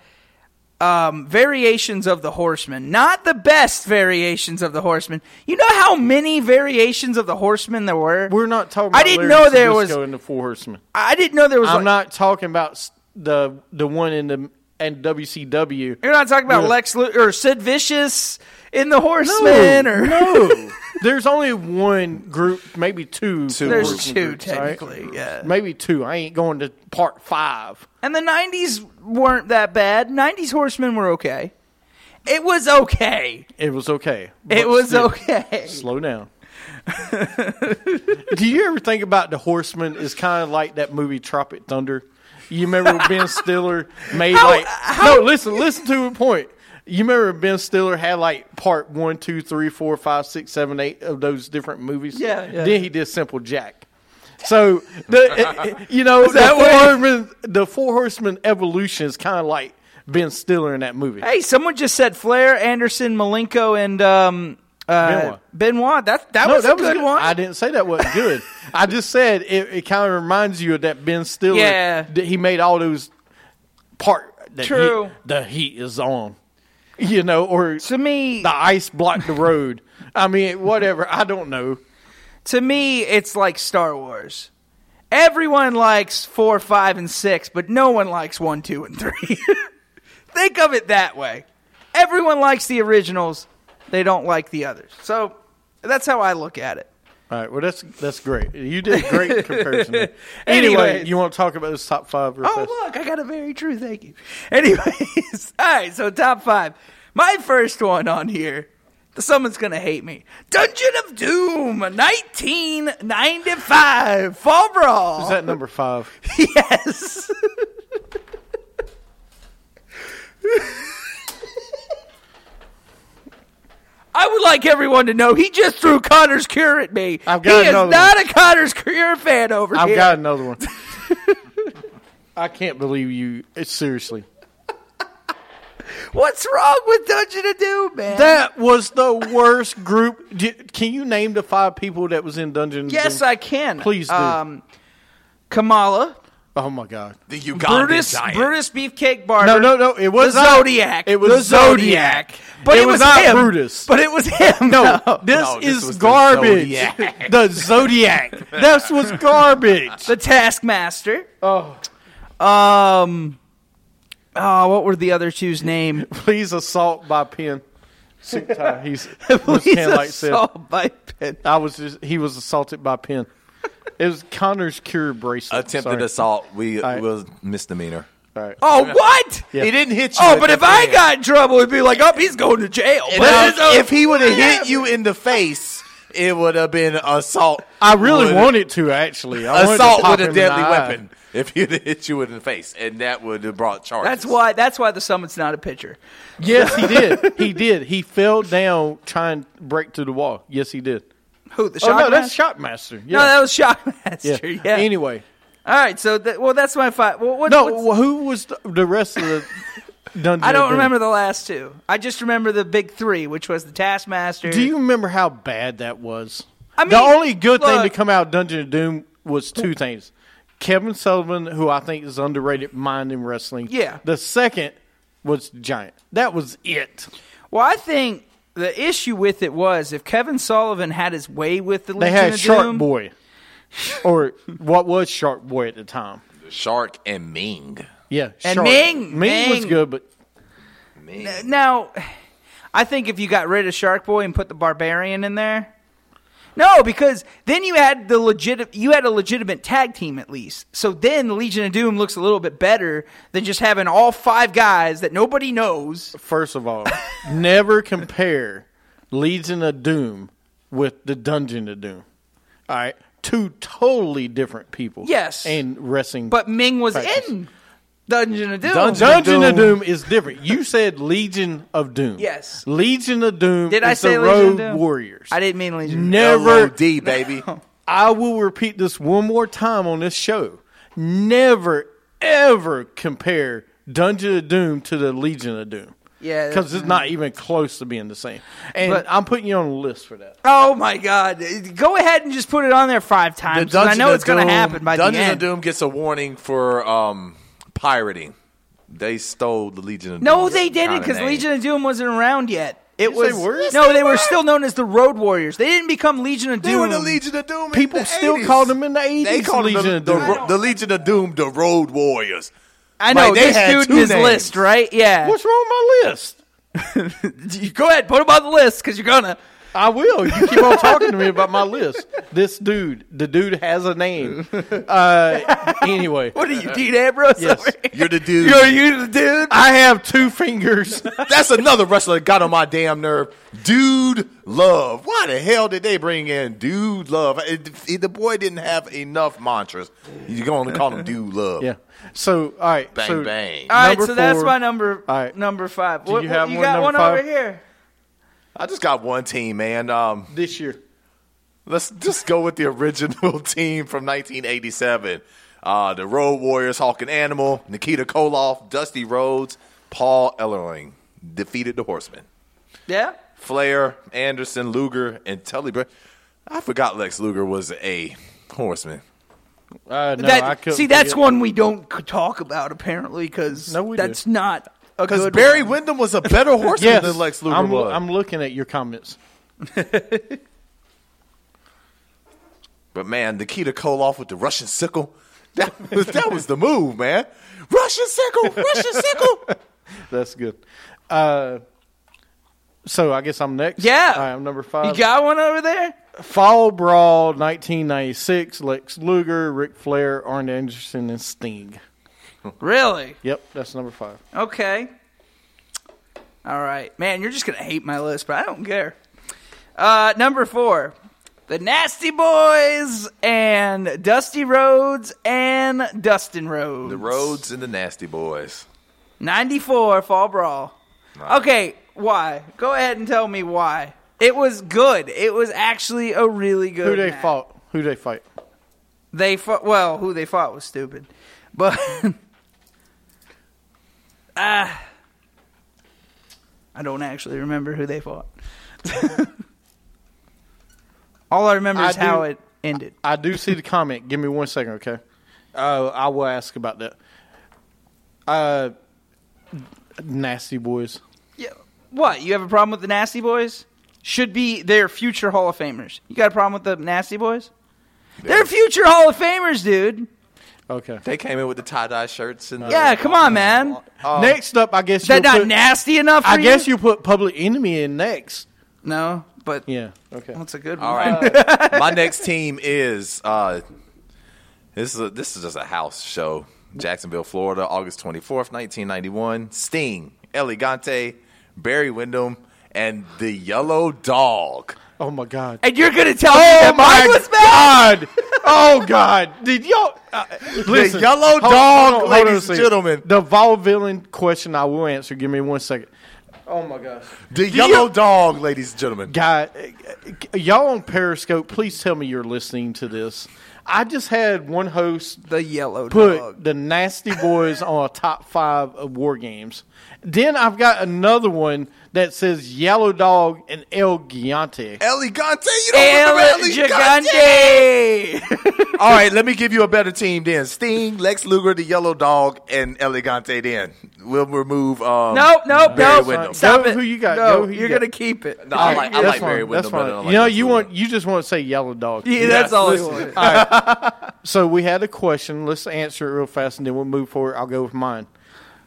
Speaker 6: um, variations of the Horseman, not the best variations of the Horseman. You know how many variations of the Horseman there were?
Speaker 1: We're not talking. About
Speaker 6: I didn't
Speaker 1: Larry
Speaker 6: know there was.
Speaker 1: Zbyszko in the Four Horsemen.
Speaker 6: I didn't know there was.
Speaker 1: I'm
Speaker 6: like-
Speaker 1: not talking about s- the the one in the and WCW.
Speaker 6: You're not talking about
Speaker 1: Yeah.
Speaker 6: Lex Lu- or Sid Vicious in the Horseman, or <laughs>
Speaker 1: no. There's only one group, maybe two.
Speaker 5: Two
Speaker 6: there's
Speaker 5: groups.
Speaker 6: two
Speaker 1: all right?
Speaker 6: technically. Yeah.
Speaker 1: Maybe two. I ain't going to part five.
Speaker 6: And the 90s weren't that bad. 90s horsemen were okay. It was okay.
Speaker 1: It was okay.
Speaker 6: It
Speaker 1: But
Speaker 6: was
Speaker 1: still,
Speaker 6: okay.
Speaker 1: Slow down. <laughs> Do you ever think about the Horseman is kind of like that movie Tropic Thunder? You remember when Ben
Speaker 6: <laughs>
Speaker 1: Stiller made like no. Listen, listen to a point. You remember Ben Stiller had like part one, two, three, four, five, six, seven, eight of those different movies.
Speaker 6: Yeah, yeah.
Speaker 1: Then he did Simple Jack. So
Speaker 6: <laughs>
Speaker 1: the it- you know the
Speaker 6: that
Speaker 1: four,
Speaker 6: what-
Speaker 1: horsemen, the four horsemen evolution is kind of like Ben Stiller in that movie.
Speaker 6: Hey, someone just said Flair, Anderson, Malenko, and um, uh, Benoit. That that
Speaker 1: No,
Speaker 6: was
Speaker 1: that
Speaker 6: a good
Speaker 1: good.
Speaker 6: one.
Speaker 1: I didn't say that wasn't good. I just said it, it kind of reminds you of that Ben Stiller.
Speaker 6: Yeah.
Speaker 1: that he made all those part. That
Speaker 6: True.
Speaker 1: Heat, the heat is on. You know, or
Speaker 6: to me,
Speaker 1: the ice blocked the road. I mean, whatever. I don't know.
Speaker 6: to me, it's like Star Wars. Everyone likes four, five, and six, but no one likes one, two, and three. <laughs> Think of it that way. Everyone likes the originals. They don't like the others. So that's how I look at it.
Speaker 1: All right. Well, that's that's great. You did a
Speaker 6: <laughs>
Speaker 1: great comparison. there. anyway,
Speaker 6: Anyways.
Speaker 1: you want to talk about those top five? Real fast?
Speaker 6: Oh, look, I got a very true. Thank you. <laughs> Anyways, <laughs> all right, so top five. My first one on here. Someone's gonna hate me. Dungeon of Doom, 1995, Fall Brawl.
Speaker 1: Is that number five?
Speaker 6: yes. I would like everyone to know he just threw Connor's Cure at me.
Speaker 1: I've got
Speaker 6: he is
Speaker 1: another
Speaker 6: not a Connor's Cure fan over
Speaker 1: I've
Speaker 6: here.
Speaker 1: got another
Speaker 6: <laughs>
Speaker 1: one. I can't believe you. It's seriously.
Speaker 6: What's wrong with Dungeon of Doom, man?
Speaker 1: That was the worst group. Di- Can you name the five people that was in Dungeon? and
Speaker 6: Yes,
Speaker 1: Doom?
Speaker 6: I can.
Speaker 1: Please do.
Speaker 6: Um, Kamala,
Speaker 1: Oh my god.
Speaker 5: The Ugandan
Speaker 6: Brutus,
Speaker 5: giant.
Speaker 6: Brutus Beefcake Barber.
Speaker 1: No, no, no. It was
Speaker 6: the
Speaker 1: not-
Speaker 6: Zodiac.
Speaker 1: It was
Speaker 6: the Zodiac. But
Speaker 1: It
Speaker 6: it,
Speaker 1: was
Speaker 6: was,
Speaker 1: not
Speaker 6: him.
Speaker 1: Brutus.
Speaker 6: But it was him.
Speaker 1: <laughs> No, this
Speaker 5: No, this
Speaker 1: is
Speaker 5: was the
Speaker 1: garbage. <laughs>
Speaker 5: Zodiac.
Speaker 1: The Zodiac. That's what's garbage.
Speaker 6: the Taskmaster.
Speaker 1: Oh.
Speaker 6: Um. Oh, what were the other
Speaker 1: <laughs>
Speaker 6: two's name?
Speaker 1: <laughs> Please assault by pen. Suit tie. <laughs> He's was
Speaker 6: Please
Speaker 1: pen like said.
Speaker 6: assault by pen.
Speaker 1: I was just he was assaulted by pen. It was Connor's cure bracelet.
Speaker 5: Attempted
Speaker 1: Sorry.
Speaker 5: assault. We
Speaker 1: All right.
Speaker 5: was misdemeanor.
Speaker 1: All right.
Speaker 6: Oh, what?
Speaker 1: Yeah. He
Speaker 5: didn't hit you.
Speaker 6: Oh, but if I got in trouble, it'd be like, oh, he's going to jail. But it's a-
Speaker 5: if he would have hit you in the face, it would have been assault.
Speaker 1: I really
Speaker 5: with-
Speaker 1: wanted to actually. I wanted to
Speaker 5: assault
Speaker 1: pop
Speaker 5: with
Speaker 1: him
Speaker 5: a
Speaker 1: in the
Speaker 5: deadly
Speaker 1: eye.
Speaker 5: weapon. If he'd have hit you in the face, and that would have brought charges.
Speaker 6: that's why. That's why the summit's not a picture.
Speaker 1: Yes, he did. He did. He fell down trying to break through the wall. Yes, he did.
Speaker 6: Who the
Speaker 1: Oh
Speaker 6: shot?
Speaker 1: no, that's Shockmaster. Yeah.
Speaker 6: No, that was Shockmaster.
Speaker 1: yeah.
Speaker 6: Yeah.
Speaker 1: Anyway,
Speaker 6: All right. So, that, well, that's my five. Well, what,
Speaker 1: no.
Speaker 6: what's-
Speaker 1: wh- Who was the, the rest of
Speaker 6: <laughs>
Speaker 1: the dungeon?
Speaker 6: I
Speaker 1: of
Speaker 6: don't
Speaker 1: Doom?
Speaker 6: remember the last two. I just remember the big three, which was the Taskmaster.
Speaker 1: Do you remember how bad that was?
Speaker 6: I mean,
Speaker 1: the only good thing to
Speaker 6: look-
Speaker 1: come out of Dungeon of Doom was two things: Kevin Sullivan, who I think is underrated mind in wrestling.
Speaker 6: Yeah.
Speaker 1: The second was Giant. That was it.
Speaker 6: Well, I think the issue with it was if Kevin Sullivan had his way with the
Speaker 1: They
Speaker 6: Legion
Speaker 1: had
Speaker 6: of
Speaker 1: Shark
Speaker 6: Doom,
Speaker 1: Boy, or what was Shark Boy at the time?
Speaker 5: Shark and Ming.
Speaker 1: Yeah,
Speaker 6: And
Speaker 1: Shark.
Speaker 6: Ming,
Speaker 1: was
Speaker 6: Ming.
Speaker 1: good, but
Speaker 6: Now, I think if you got rid of Shark Boy and put the Barbarian in there, no, because then you had the legit you had a legitimate tag team at least. So then the Legion of Doom looks a little bit better than just having all five guys that nobody knows.
Speaker 1: first of
Speaker 6: <laughs>
Speaker 1: all, never compare Legion of Doom with the Dungeon of Doom. All right, two totally different people.
Speaker 6: Yes.
Speaker 1: and wrestling,
Speaker 6: But Ming was
Speaker 1: Practice.
Speaker 6: in Dungeon of Doom.
Speaker 5: Dungeon-
Speaker 1: Dungeon of
Speaker 5: Doom.
Speaker 1: Doom is different. You said Legion of Doom.
Speaker 6: Yes.
Speaker 1: Legion of Doom.
Speaker 6: Did
Speaker 1: is
Speaker 6: I say
Speaker 1: the
Speaker 6: Legion of
Speaker 1: Road
Speaker 6: Doom?
Speaker 1: Warriors?
Speaker 6: I didn't mean Legion. of Doom.
Speaker 1: never
Speaker 5: D
Speaker 6: <laughs>
Speaker 5: baby.
Speaker 1: I will repeat this one more time on this show. Never, ever compare Dungeon of Doom to the Legion of Doom.
Speaker 6: Yeah, that's- mm-hmm.
Speaker 1: Because it's not even close to being the same. And
Speaker 6: But-
Speaker 1: I'm putting you on the list for that.
Speaker 6: Oh my God! Go ahead and just put it on there five times. 'cause I know it's going to happen by
Speaker 5: Dungeon
Speaker 6: the end.
Speaker 5: of Doom gets a warning for um, pirating. They stole the Legion of Doom.
Speaker 6: No, they didn't
Speaker 5: kinda
Speaker 6: because
Speaker 5: name.
Speaker 6: Legion of Doom wasn't around yet. It
Speaker 1: Yes,
Speaker 6: was
Speaker 1: they were. Yes,
Speaker 6: no, they were still known as the Road Warriors. They didn't become Legion of
Speaker 5: They
Speaker 6: Doom.
Speaker 5: were the Legion of Doom. in
Speaker 1: People
Speaker 5: the
Speaker 1: still
Speaker 5: 80s.
Speaker 1: called them in the 80s
Speaker 5: They called
Speaker 1: Legion
Speaker 5: them
Speaker 1: of
Speaker 5: the,
Speaker 1: Doom.
Speaker 5: the, Ro- the Legion of Doom, the Road Warriors.
Speaker 6: I know
Speaker 5: Like, they
Speaker 6: this
Speaker 5: had
Speaker 6: dude
Speaker 5: two
Speaker 6: in his
Speaker 5: names.
Speaker 6: list, right? Yeah.
Speaker 1: What's wrong with my list?
Speaker 6: You Go ahead, put him on the list because you're gonna.
Speaker 1: I will. You keep on talking to me about my list. This dude, the dude has a name. Uh,
Speaker 6: <laughs>
Speaker 1: anyway,
Speaker 6: What are you, Dean Ambrose?
Speaker 1: Yes.
Speaker 5: You're the dude.
Speaker 6: You're you the dude.
Speaker 1: I have two fingers.
Speaker 5: That's another wrestler that got on my damn nerve. Dude Love. Why the hell did they bring in Dude Love? It- it- the boy didn't have enough mantras. You're going to
Speaker 1: <laughs>
Speaker 5: call him Dude Love.
Speaker 1: yeah. So, all right.
Speaker 5: Bang,
Speaker 1: so,
Speaker 5: bang.
Speaker 6: All right,
Speaker 1: Number
Speaker 6: so that's
Speaker 1: four.
Speaker 6: my number.
Speaker 1: All right.
Speaker 6: Number five.
Speaker 1: you have
Speaker 6: you
Speaker 1: one
Speaker 6: got
Speaker 1: number
Speaker 6: one
Speaker 1: five?
Speaker 6: over here?
Speaker 5: I just got one team, man. Um,
Speaker 1: This year.
Speaker 5: Let's just go with the original <laughs> team from 1987. Uh, the Road Warriors, Hawking Animal, Nikita Koloff, Dusty Rhodes, Paul Ellering defeated the Horsemen.
Speaker 6: Yeah.
Speaker 5: Flair, Anderson, Luger, and Tully. Br- I forgot Lex Luger was a Horseman.
Speaker 1: Uh, no, I
Speaker 6: that,
Speaker 1: couldn't
Speaker 6: see, that's
Speaker 1: forget.
Speaker 6: one we don't c- talk about apparently because
Speaker 1: No, we do.
Speaker 6: that's not a
Speaker 5: Because
Speaker 6: good
Speaker 5: Barry
Speaker 6: one.
Speaker 5: Windham was a
Speaker 6: <laughs>
Speaker 5: better Horseman
Speaker 1: Yes,
Speaker 5: than Lex Luger
Speaker 1: I'm,
Speaker 5: was.
Speaker 1: I'm looking at your comments.
Speaker 5: But man, Nikita Koloff with the Russian sickle. That was, that was the move, man. Russian sickle,
Speaker 6: <laughs>
Speaker 5: Russian sickle.
Speaker 1: That's good. Uh, so I guess I'm next.
Speaker 6: Yeah.
Speaker 1: All right, I'm number five.
Speaker 6: You got one over there?
Speaker 1: Fall Brawl 1996, Lex Luger, Ric Flair, Arn Anderson, and Sting.
Speaker 6: Really?
Speaker 1: Yep, that's number five.
Speaker 6: Okay. All right. Man, you're just going to hate my list, but I don't care. Uh, number four The Nasty Boys and Dusty Rhodes and Dustin Rhodes.
Speaker 5: The Rhodes and the Nasty Boys.
Speaker 6: 94 Fall Brawl. Okay, why? Go ahead and tell me why. It was good. It was actually a really good
Speaker 1: Who they
Speaker 6: match.
Speaker 1: fought? Who they fight?
Speaker 6: They fought. Well, who they fought was stupid, but <laughs> ah, I don't actually remember who they fought. <laughs> All I remember is
Speaker 1: I do-
Speaker 6: how it ended.
Speaker 1: I do see the comment. Give me one second, okay? Uh, I will ask about that. Uh, nasty boys.
Speaker 6: Yeah. What? You have a problem with the Nasty Boys? Should be their future Hall of Famers. You got a problem with the Nasty Boys? They're future Hall of Famers, dude.
Speaker 1: Okay.
Speaker 5: They came in with the tie dye shirts and the, Oh,
Speaker 6: Yeah, come on, man.
Speaker 1: next up, I guess
Speaker 6: Is that
Speaker 1: you'll
Speaker 6: not
Speaker 1: put,
Speaker 6: nasty enough? For
Speaker 1: I guess
Speaker 6: you.
Speaker 1: you put Public Enemy in next.
Speaker 6: No, but
Speaker 1: Yeah. Okay.
Speaker 6: that's a good one.
Speaker 1: <laughs>
Speaker 5: All right. My next team is uh, this is a, this is just a house show. Jacksonville, Florida, August twenty fourth, nineteen ninety one. Sting, Elegante, Barry Windham, and the Yellow Dog.
Speaker 1: Oh my God.
Speaker 6: <laughs> And you're gonna tell me
Speaker 1: Oh
Speaker 6: that mine
Speaker 1: my
Speaker 6: was bad?
Speaker 1: God! Oh God! Did y'all uh, listen?
Speaker 5: yellow
Speaker 1: Hold-
Speaker 5: dog,
Speaker 1: hold on, hold on a
Speaker 5: ladies and
Speaker 1: second.
Speaker 5: gentlemen.
Speaker 1: The Vol villain question I will answer. Give me one second. Oh my gosh,
Speaker 5: The Yellow Dog, ladies and gentlemen.
Speaker 1: guy, uh, y'all on Periscope? Please tell me you're listening to this. I just had one host
Speaker 6: The yellow
Speaker 1: put
Speaker 6: dog.
Speaker 1: the Nasty Boys on a top five of war games. Then I've got another one that says Yellow Dog and El Gigante.
Speaker 5: Elegante, you don't
Speaker 6: El
Speaker 5: remember Elegante?
Speaker 6: Gigante.
Speaker 5: All right, let me give you a better team then. Sting, Lex Luger, the Yellow Dog, and Elegante then. We'll remove um
Speaker 6: Nope, nope,
Speaker 5: Barry
Speaker 6: nope.
Speaker 5: Windham.
Speaker 6: Stop
Speaker 1: Go
Speaker 6: it.
Speaker 1: who you got,
Speaker 6: No,
Speaker 1: go who you
Speaker 6: you're
Speaker 1: got.
Speaker 6: gonna keep it.
Speaker 5: No, I like, I
Speaker 1: That's
Speaker 5: like
Speaker 1: fine,
Speaker 5: Barry
Speaker 1: that's
Speaker 5: Windham, but I
Speaker 1: fine.
Speaker 5: don't like
Speaker 1: you know,
Speaker 5: Lex
Speaker 1: you
Speaker 5: Luger.
Speaker 1: want you just want to say Yellow Dog.
Speaker 6: <laughs> Yeah, that's all I
Speaker 5: listen.
Speaker 6: wanted.
Speaker 1: So we had a question. Let's answer it real fast, and then we'll move forward. I'll go with mine.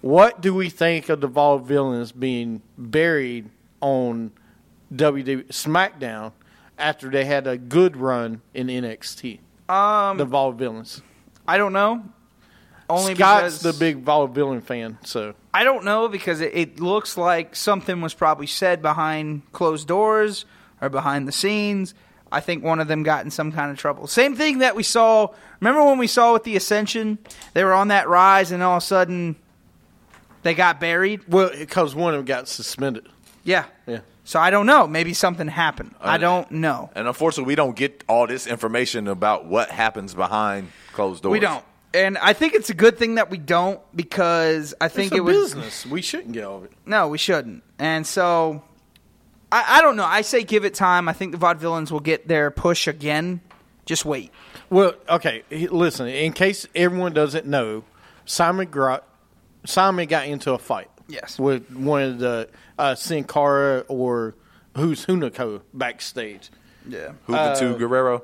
Speaker 1: What do we think of the Vol villains being buried on WWE SmackDown after they had a good run in NXT? Um, the Vol villains.
Speaker 6: I don't know. Only
Speaker 1: Scott's
Speaker 6: because
Speaker 1: the big Vol villain fan, so
Speaker 6: I don't know because it, it looks like something was probably said behind closed doors or behind the scenes. I think one of them got in some kind of trouble. Same thing that we saw. Remember when we saw with the Ascension? They were on that rise and all of a sudden they got buried?
Speaker 1: well because one of them got suspended.
Speaker 6: Yeah.
Speaker 1: Yeah.
Speaker 6: So I don't know. Maybe something happened. I don't know.
Speaker 5: And unfortunately, we don't get all this information about what happens behind closed doors.
Speaker 6: We don't. And I think it's a good thing that we don't because I think
Speaker 1: It's a
Speaker 6: it was
Speaker 1: business. We shouldn't get all of it.
Speaker 6: No, we shouldn't. And so, I, I don't know. I say give it time. I think the Vaudevillains will get their push again. Just wait.
Speaker 1: Well, okay. he- Listen, in case everyone doesn't know, Simon got Simon got into a fight.
Speaker 6: Yes.
Speaker 1: with one of the uh, Sin Cara or who's Hunico backstage.
Speaker 6: Yeah.
Speaker 5: Who the two Guerrero?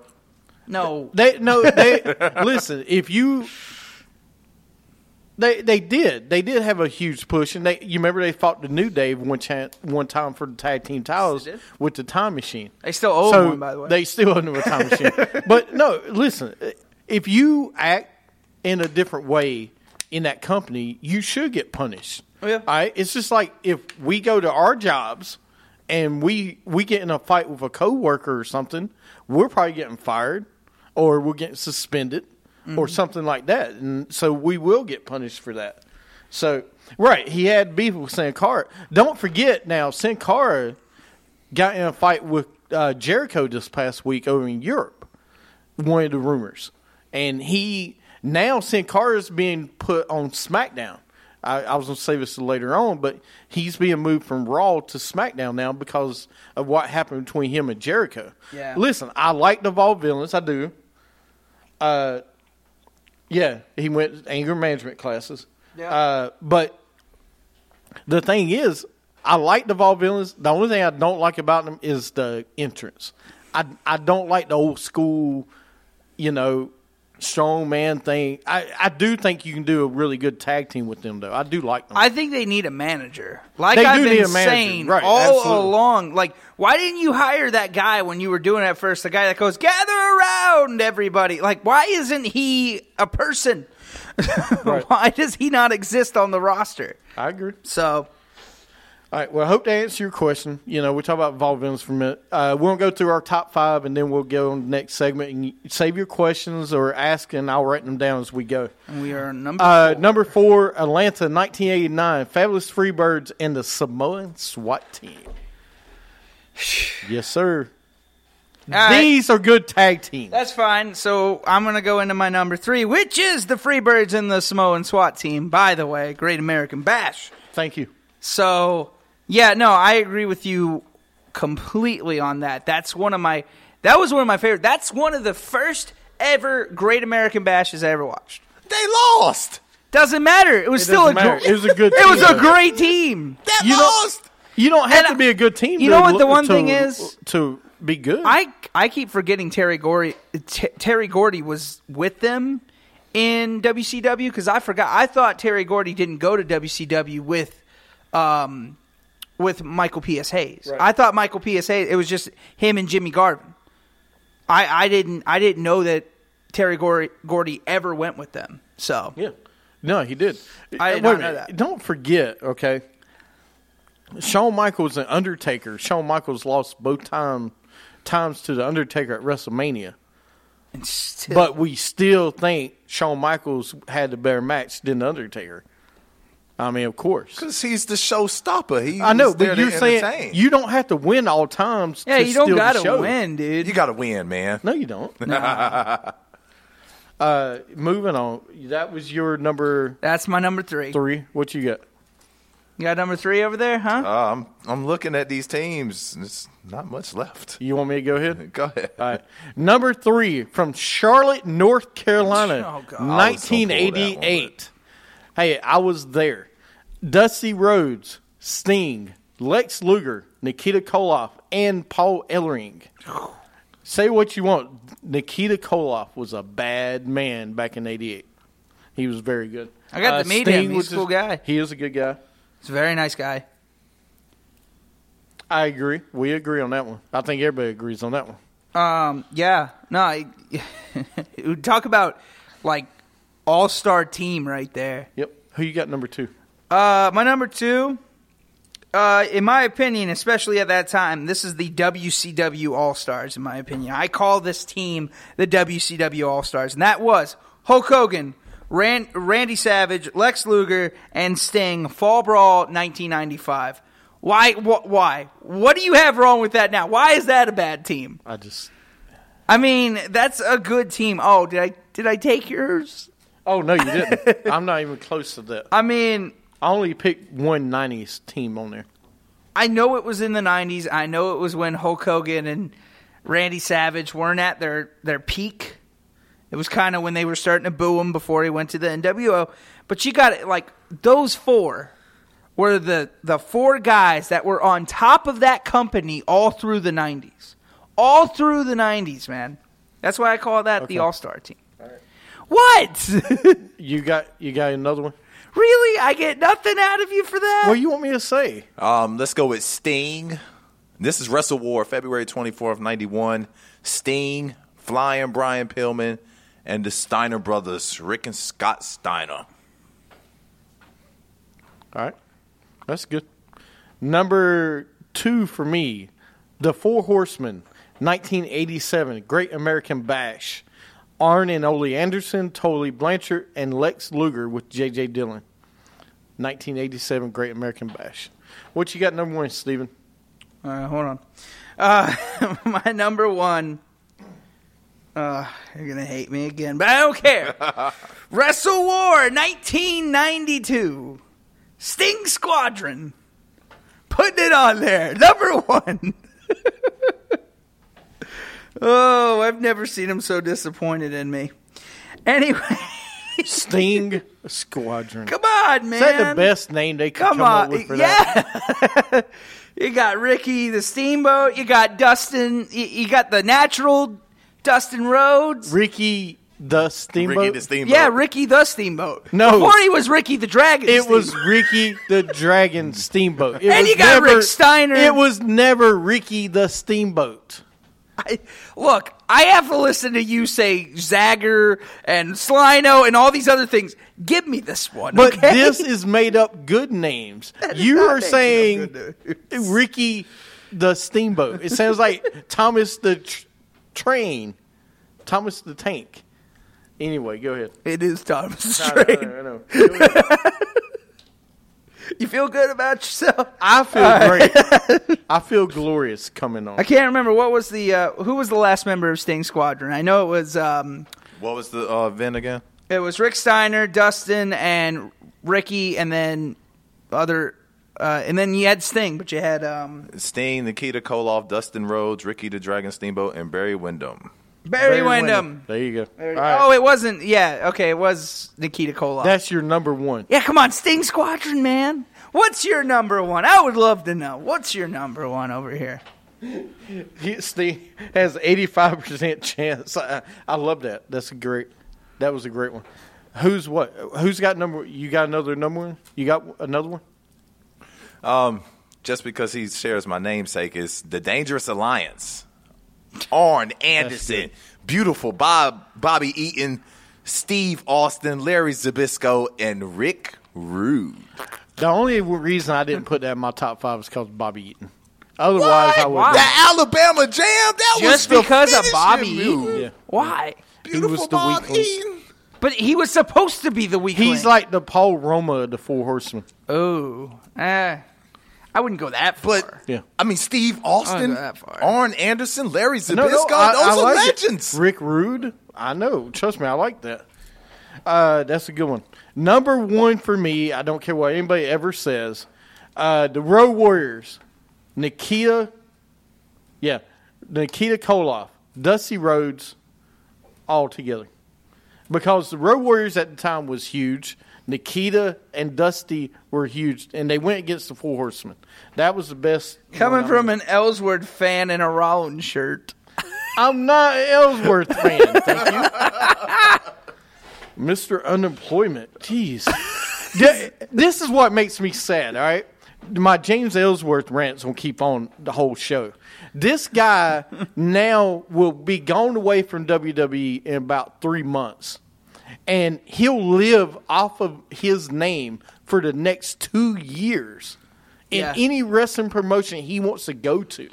Speaker 6: No.
Speaker 1: They no. They <laughs> listen. If you they they did they did have a huge push, and they you remember they fought the New Day one chan one time for the tag team titles
Speaker 6: Yes, they did.
Speaker 1: with the Time Machine.
Speaker 6: They still owe
Speaker 1: so
Speaker 6: one, by the way.
Speaker 1: They still own a time machine. but no, listen, if you act in a different way in that company, you should get punished.
Speaker 6: yeah.
Speaker 1: All right. It's just like if we go to our jobs and we we get in a fight with a coworker or something, we're probably getting fired or we're getting suspended or something like that. And so we will get punished for that. So right, he had beef with Sin Cara. Don't forget now, Sin Cara got in a fight with uh, Jericho this past week over in Europe. One of the rumors, and he now Sin Cara's being put on SmackDown. I, I was going to say this later on, but he's being moved from Raw to SmackDown now because of what happened between him and Jericho.
Speaker 6: Yeah.
Speaker 1: Listen, I like the Vol villains, I do. Uh, yeah, he went anger management classes.
Speaker 6: Yeah.
Speaker 1: Uh, but the thing is, I like the Vol villains. The only thing I don't like about them is the entrance. I I don't like the old school, you know, strong man thing. I, I do think you can do a really good tag team with them though. I do like them.
Speaker 6: I think they need a manager. Like
Speaker 1: They
Speaker 6: I've
Speaker 1: do
Speaker 6: been
Speaker 1: need a manager,
Speaker 6: saying
Speaker 1: right,
Speaker 6: all
Speaker 1: absolutely.
Speaker 6: along. Like, why didn't you hire that guy when you were doing it at first? The guy that goes, gather around everybody. Like, why isn't he a person? <laughs> why does he not exist on the roster?
Speaker 1: I agree.
Speaker 6: So,
Speaker 1: All right. Well, I hope to answer your question. You know, we talk about Vol villains for a minute. Uh, we'll go through our top five, and then we'll go on to the next segment and you- save your questions or ask, and I'll write them down as we go.
Speaker 6: we are number
Speaker 1: Uh, number four, Atlanta, 1989, Fabulous Freebirds and the Samoan SWAT team. yes, sir.
Speaker 6: All right.
Speaker 1: These are good tag teams.
Speaker 6: That's fine. So I'm going to go into my number three, which is the Freebirds and the Samoan SWAT team. By the way, Great American Bash.
Speaker 1: Thank you.
Speaker 6: So, yeah, no, I agree with you completely on that. That's one of my that was one of my favorite. That's one of the first ever Great American Bashes I ever watched.
Speaker 5: They lost.
Speaker 6: Doesn't matter. It was still a
Speaker 1: doesn't matter. It
Speaker 6: gr-
Speaker 1: was a good
Speaker 6: <laughs> It was
Speaker 1: team,
Speaker 6: a
Speaker 1: though.
Speaker 6: great team.
Speaker 5: They
Speaker 1: You know-
Speaker 5: lost.
Speaker 1: You don't have
Speaker 6: And
Speaker 1: to be a good team.
Speaker 6: you
Speaker 1: to
Speaker 6: know what the
Speaker 1: look-
Speaker 6: one
Speaker 1: to-
Speaker 6: thing is?
Speaker 1: to be good.
Speaker 6: I I keep forgetting Terry Gordy. T- Terry Gordy was with them in WCW because I forgot. I thought Terry Gordy didn't go to WCW with, um, with Michael P.S. Hayes. I thought Michael P.S. Hayes. It was just him and Jimmy Garvin. I I didn't I didn't know that Terry Gordy, Gordy ever went with them. So
Speaker 1: Yeah. No, he did.
Speaker 6: I did
Speaker 1: Wait a
Speaker 6: not know
Speaker 1: minute.
Speaker 6: that.
Speaker 1: Don't forget, okay? Shawn Michaels and Undertaker. Shawn Michaels lost both time times to the Undertaker at WrestleMania.
Speaker 6: and still-
Speaker 1: But we still think Shawn Michaels had the better match than the Undertaker. I mean, of course.
Speaker 5: Because he's the showstopper. He
Speaker 1: I know,
Speaker 5: was there
Speaker 1: but
Speaker 5: to
Speaker 1: you're saying
Speaker 5: entertain.
Speaker 1: you don't have to win all times.
Speaker 6: yeah,
Speaker 1: to
Speaker 6: you don't
Speaker 1: steal the
Speaker 6: got to
Speaker 1: show.
Speaker 6: win, dude.
Speaker 5: you got to win, man.
Speaker 1: No, you don't.
Speaker 5: <laughs>
Speaker 1: uh, moving on. That was your number
Speaker 6: That's my number three.
Speaker 1: three. What you got?
Speaker 6: You got number three over there, huh?
Speaker 1: Ah.
Speaker 5: Uh, I'm I'm looking at these teams. and It's not much left.
Speaker 1: You want me to <laughs> go ahead?
Speaker 5: Go ahead.
Speaker 1: All right. Number three from Charlotte, North Carolina,
Speaker 6: Oh, God.
Speaker 5: I was gonna pull that one,
Speaker 1: 1988. Hey, I was there. Dusty Rhodes, Sting, Lex Luger, Nikita Koloff, and Paul
Speaker 6: <sighs>
Speaker 1: Ellering. Say what you want. Nikita Koloff was a bad man back in '88. He was very good. Uh,
Speaker 6: I got to meet him. He's
Speaker 1: was
Speaker 6: a cool
Speaker 1: just-
Speaker 6: guy.
Speaker 1: He is a good guy.
Speaker 6: It's a very nice guy.
Speaker 1: I agree. We agree on that one. I think everybody agrees on that one.
Speaker 6: Um, yeah, no, I, <laughs> talk about like all star team right there.
Speaker 1: Yep. Who you got number two?
Speaker 6: Uh, my number two, uh, in my opinion, especially at that time, this is the WCW All Stars. In my opinion, I call this team the WCW All Stars, and that was Hulk Hogan, Ran- Randy Savage, Lex Luger, and Sting. Fall Brawl, 1995. Why? Wh- why? What do you have wrong with that now? Why is that a bad team?
Speaker 1: I just.
Speaker 6: I mean, that's a good team. Oh, did I did I take yours?
Speaker 1: Oh no, you didn't. <laughs> I'm not even close to that.
Speaker 6: I mean,
Speaker 1: I only picked one '90s team on there.
Speaker 6: I know it was in the '90s. I know it was when Hulk Hogan and Randy Savage weren't at their their peak. It was kind of when they were starting to boo him before he went to the NWO. But you got it like those four were the the four guys that were on top of that company all through the '90s, all through the '90s, man. That's why I call that the All Star team. What?
Speaker 1: You got you got another one.
Speaker 6: Really? I get nothing out of you for that?
Speaker 1: What do you want me to say?
Speaker 5: Um, let's go with Sting. This is Wrestle War, February 24th, 91. Sting, Flying Brian Pillman, and the Steiner brothers, Rick and Scott Steiner.
Speaker 1: All right, that's good. Number two for me, the Four Horsemen, 1987, Great American Bash. Arn and Ole Anderson, Tully Blanchard, and Lex Luger with J.J. Dillon. 1987 Great American Bash. What you got number one, Steven?
Speaker 6: Uh, <laughs> hold on. my number one. Uh, you're gonna hate me again, but I don't care. Wrestle War 1992, Sting Squadron, putting it on there. Number one. <laughs> oh, I've never seen him so disappointed in me. Anyway, <laughs>
Speaker 1: Sting Squadron.
Speaker 6: come on, man.
Speaker 1: Is that the best name they could come,
Speaker 6: Come,
Speaker 1: up
Speaker 6: on,
Speaker 1: with for that?
Speaker 6: yeah. <laughs> you got Ricky the Steamboat. You got Dustin. You, you got the natural Dustin Rhodes.
Speaker 1: Ricky the Steamboat.
Speaker 5: Ricky the Steamboat.
Speaker 6: yeah, Ricky the Steamboat.
Speaker 1: No.
Speaker 6: before he was Ricky the Dragon.
Speaker 1: It was
Speaker 6: Steamboat.
Speaker 1: Ricky the
Speaker 5: <laughs>
Speaker 1: Dragon Steamboat. It
Speaker 6: And
Speaker 1: was
Speaker 6: you got
Speaker 1: never-
Speaker 6: Rick Steiner.
Speaker 1: It was never Ricky the Steamboat.
Speaker 6: I- <laughs> look. I have to listen to you say Zagger and Slino and all these other things. Give me this one,
Speaker 1: But
Speaker 6: okay? <laughs>
Speaker 1: this is made up good names. You
Speaker 6: not
Speaker 1: are
Speaker 6: making up
Speaker 1: saying Ricky the Steamboat. It sounds like Thomas the tr- Train, Thomas the Tank. Anyway, go ahead.
Speaker 6: it is Thomas Train.
Speaker 1: I know.
Speaker 6: You feel good about yourself?
Speaker 1: I feel
Speaker 6: <laughs>
Speaker 1: great. I feel glorious coming on.
Speaker 6: I can't remember what was the uh, who was the last member of Sting Squadron. I know it was um,
Speaker 5: What was the uh, event again?
Speaker 6: It was Rick Steiner, Dustin, and Ricky, and then other, uh, and then you had Sting, but you had um,
Speaker 5: Sting, Nikita Koloff, Dustin Rhodes, Ricky the Dragon Steamboat, and Barry Windham.
Speaker 6: Barry,
Speaker 1: Barry
Speaker 6: Windham.
Speaker 1: There you go. All right.
Speaker 6: Oh, it wasn't. Yeah, okay, it was Nikita Koloff.
Speaker 1: That's your number one.
Speaker 6: yeah, come on, Sting Squadron, man. What's your number one? I would love to know. What's your number one over here?
Speaker 1: He- Steve has eighty five percent chance. I, I love that. That's a great. That was a great one. Who's what? Who's got number? You got another number one? You got another one?
Speaker 5: Just because he shares my namesake is the Dangerous Alliance. Arn Anderson, beautiful Bob, Bobby Eaton, Steve Austin, Larry Zabisco, and Rick Rude.
Speaker 1: The only reason I didn't put that in my top five is because Bobby Eaton. Otherwise, I would.
Speaker 6: Why?
Speaker 5: The Alabama Jam. That
Speaker 6: Just
Speaker 5: was the
Speaker 6: because of
Speaker 5: finishing
Speaker 6: Bobby
Speaker 5: move.
Speaker 6: Eaton? Why?
Speaker 5: Beautiful
Speaker 1: was the
Speaker 5: Bob
Speaker 1: weakling.
Speaker 5: Eaton.
Speaker 6: But he was supposed to be the weakling.
Speaker 1: He's like the Paul Roma of the Four Horsemen.
Speaker 6: oh, eh, I wouldn't go that far.
Speaker 5: But
Speaker 1: Yeah.
Speaker 5: I mean, Steve Austin,
Speaker 6: go that far.
Speaker 5: Arn Anderson, Larry Zabisco.
Speaker 1: I-
Speaker 5: those
Speaker 1: I
Speaker 5: are
Speaker 1: like it.
Speaker 5: legends.
Speaker 1: Rick Rude. I know. Trust me, I like that. Uh, that's a good one. Number one for me. I don't care what anybody ever says. Uh, the Road Warriors. Nikita. Yeah, Nikita Koloff, Dusty Rhodes, all together, because the Road Warriors at the time was huge. Nikita and Dusty were huge, and they went against the Four Horsemen. That was the best.
Speaker 6: Coming
Speaker 1: one I
Speaker 6: from an Ellsworth fan in a Rollins shirt.
Speaker 1: I'm not an Ellsworth fan. Thank you. Mr. Unemployment. Jeez. Yeah, this is what makes me sad, all right? My James Ellsworth rants will keep on the whole show. This guy now will be gone away from WWE in about three months, and he'll live off of his name for the next two years in
Speaker 6: Yeah.
Speaker 1: any wrestling promotion he wants to go to,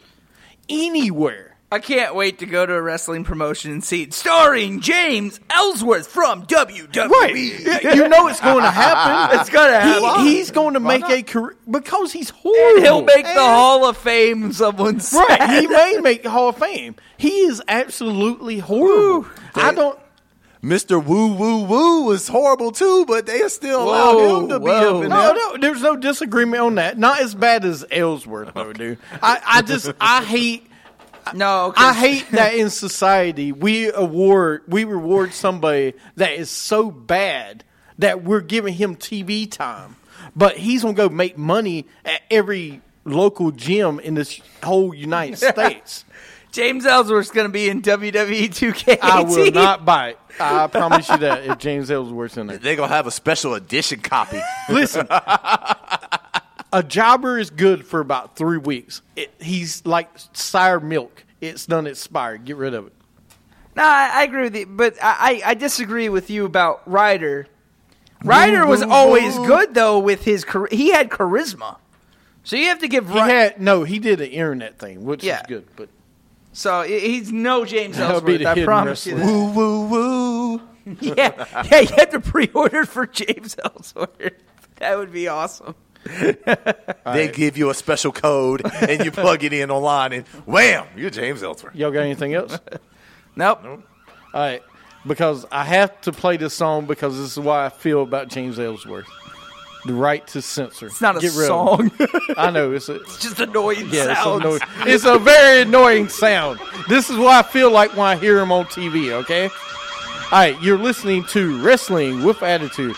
Speaker 1: anywhere.
Speaker 6: I can't wait to go to a wrestling promotion and see it starring James Ellsworth from E. WWE.
Speaker 1: Right. you know it's going to happen.
Speaker 6: It's gonna
Speaker 1: He-
Speaker 6: happen.
Speaker 1: he's going to make a career because he's
Speaker 6: And
Speaker 1: horrible.
Speaker 6: he'll make the
Speaker 1: And-
Speaker 6: Hall of Fame. Someone said.
Speaker 1: Right. He may make the Hall of Fame. He is absolutely horrible. I don't.
Speaker 5: Mr. Woo Woo Woo was horrible too, but they still allowed him to be
Speaker 6: whoa.
Speaker 5: up in
Speaker 1: No,
Speaker 5: there.
Speaker 1: no, there's no disagreement on that. Not as bad as Ellsworth, though, dude. I, I just, I hate,
Speaker 6: No, 'cause
Speaker 1: I hate that in society we award, we reward somebody that is so bad that we're giving him TV time, but he's gonna go make money at every local gym in this whole United States.
Speaker 6: James Ellsworth's gonna be in E WWE 2K.
Speaker 1: I
Speaker 6: <laughs>
Speaker 1: will not buy it. I promise you that if James Ellsworth's in there.
Speaker 5: They're gonna have a special edition copy.
Speaker 1: Listen, a jobber is good for about three weeks. It, he's like sour milk. It's done expired. Get rid of it.
Speaker 6: No, I, I agree with you, but I, I I disagree with you about Ryder. Ryder was always good though with his char- he had charisma, so you have to give
Speaker 1: He
Speaker 6: Ry-
Speaker 1: had no. He did an internet thing, which
Speaker 6: Yeah.
Speaker 1: is good. But
Speaker 6: So he- he's no James
Speaker 1: That'll be
Speaker 6: Ellsworth.
Speaker 1: the
Speaker 6: I
Speaker 1: hidden
Speaker 6: promise you. That.
Speaker 1: wrestler.
Speaker 5: <laughs> woo woo woo.
Speaker 6: <laughs> <laughs> Yeah, yeah, you had to pre-order for James Ellsworth. That would be awesome.
Speaker 5: They give you a special code and you plug it in online and wham, you're James Ellsworth.
Speaker 1: Y'all got anything
Speaker 6: <laughs>
Speaker 1: else?
Speaker 6: Nope.
Speaker 1: All right, because I have to play this song because this is why I feel about James Ellsworth. The right to censor.
Speaker 6: It's not a
Speaker 1: Get rid of
Speaker 6: song. <laughs>
Speaker 1: it. I know it's a,
Speaker 6: Just annoying
Speaker 1: yeah, it's,
Speaker 6: sounds.
Speaker 1: annoying. it's a very annoying sound. This is what I feel like when I hear him on TV. Okay. All right, you're listening to Wrestling with Attitude.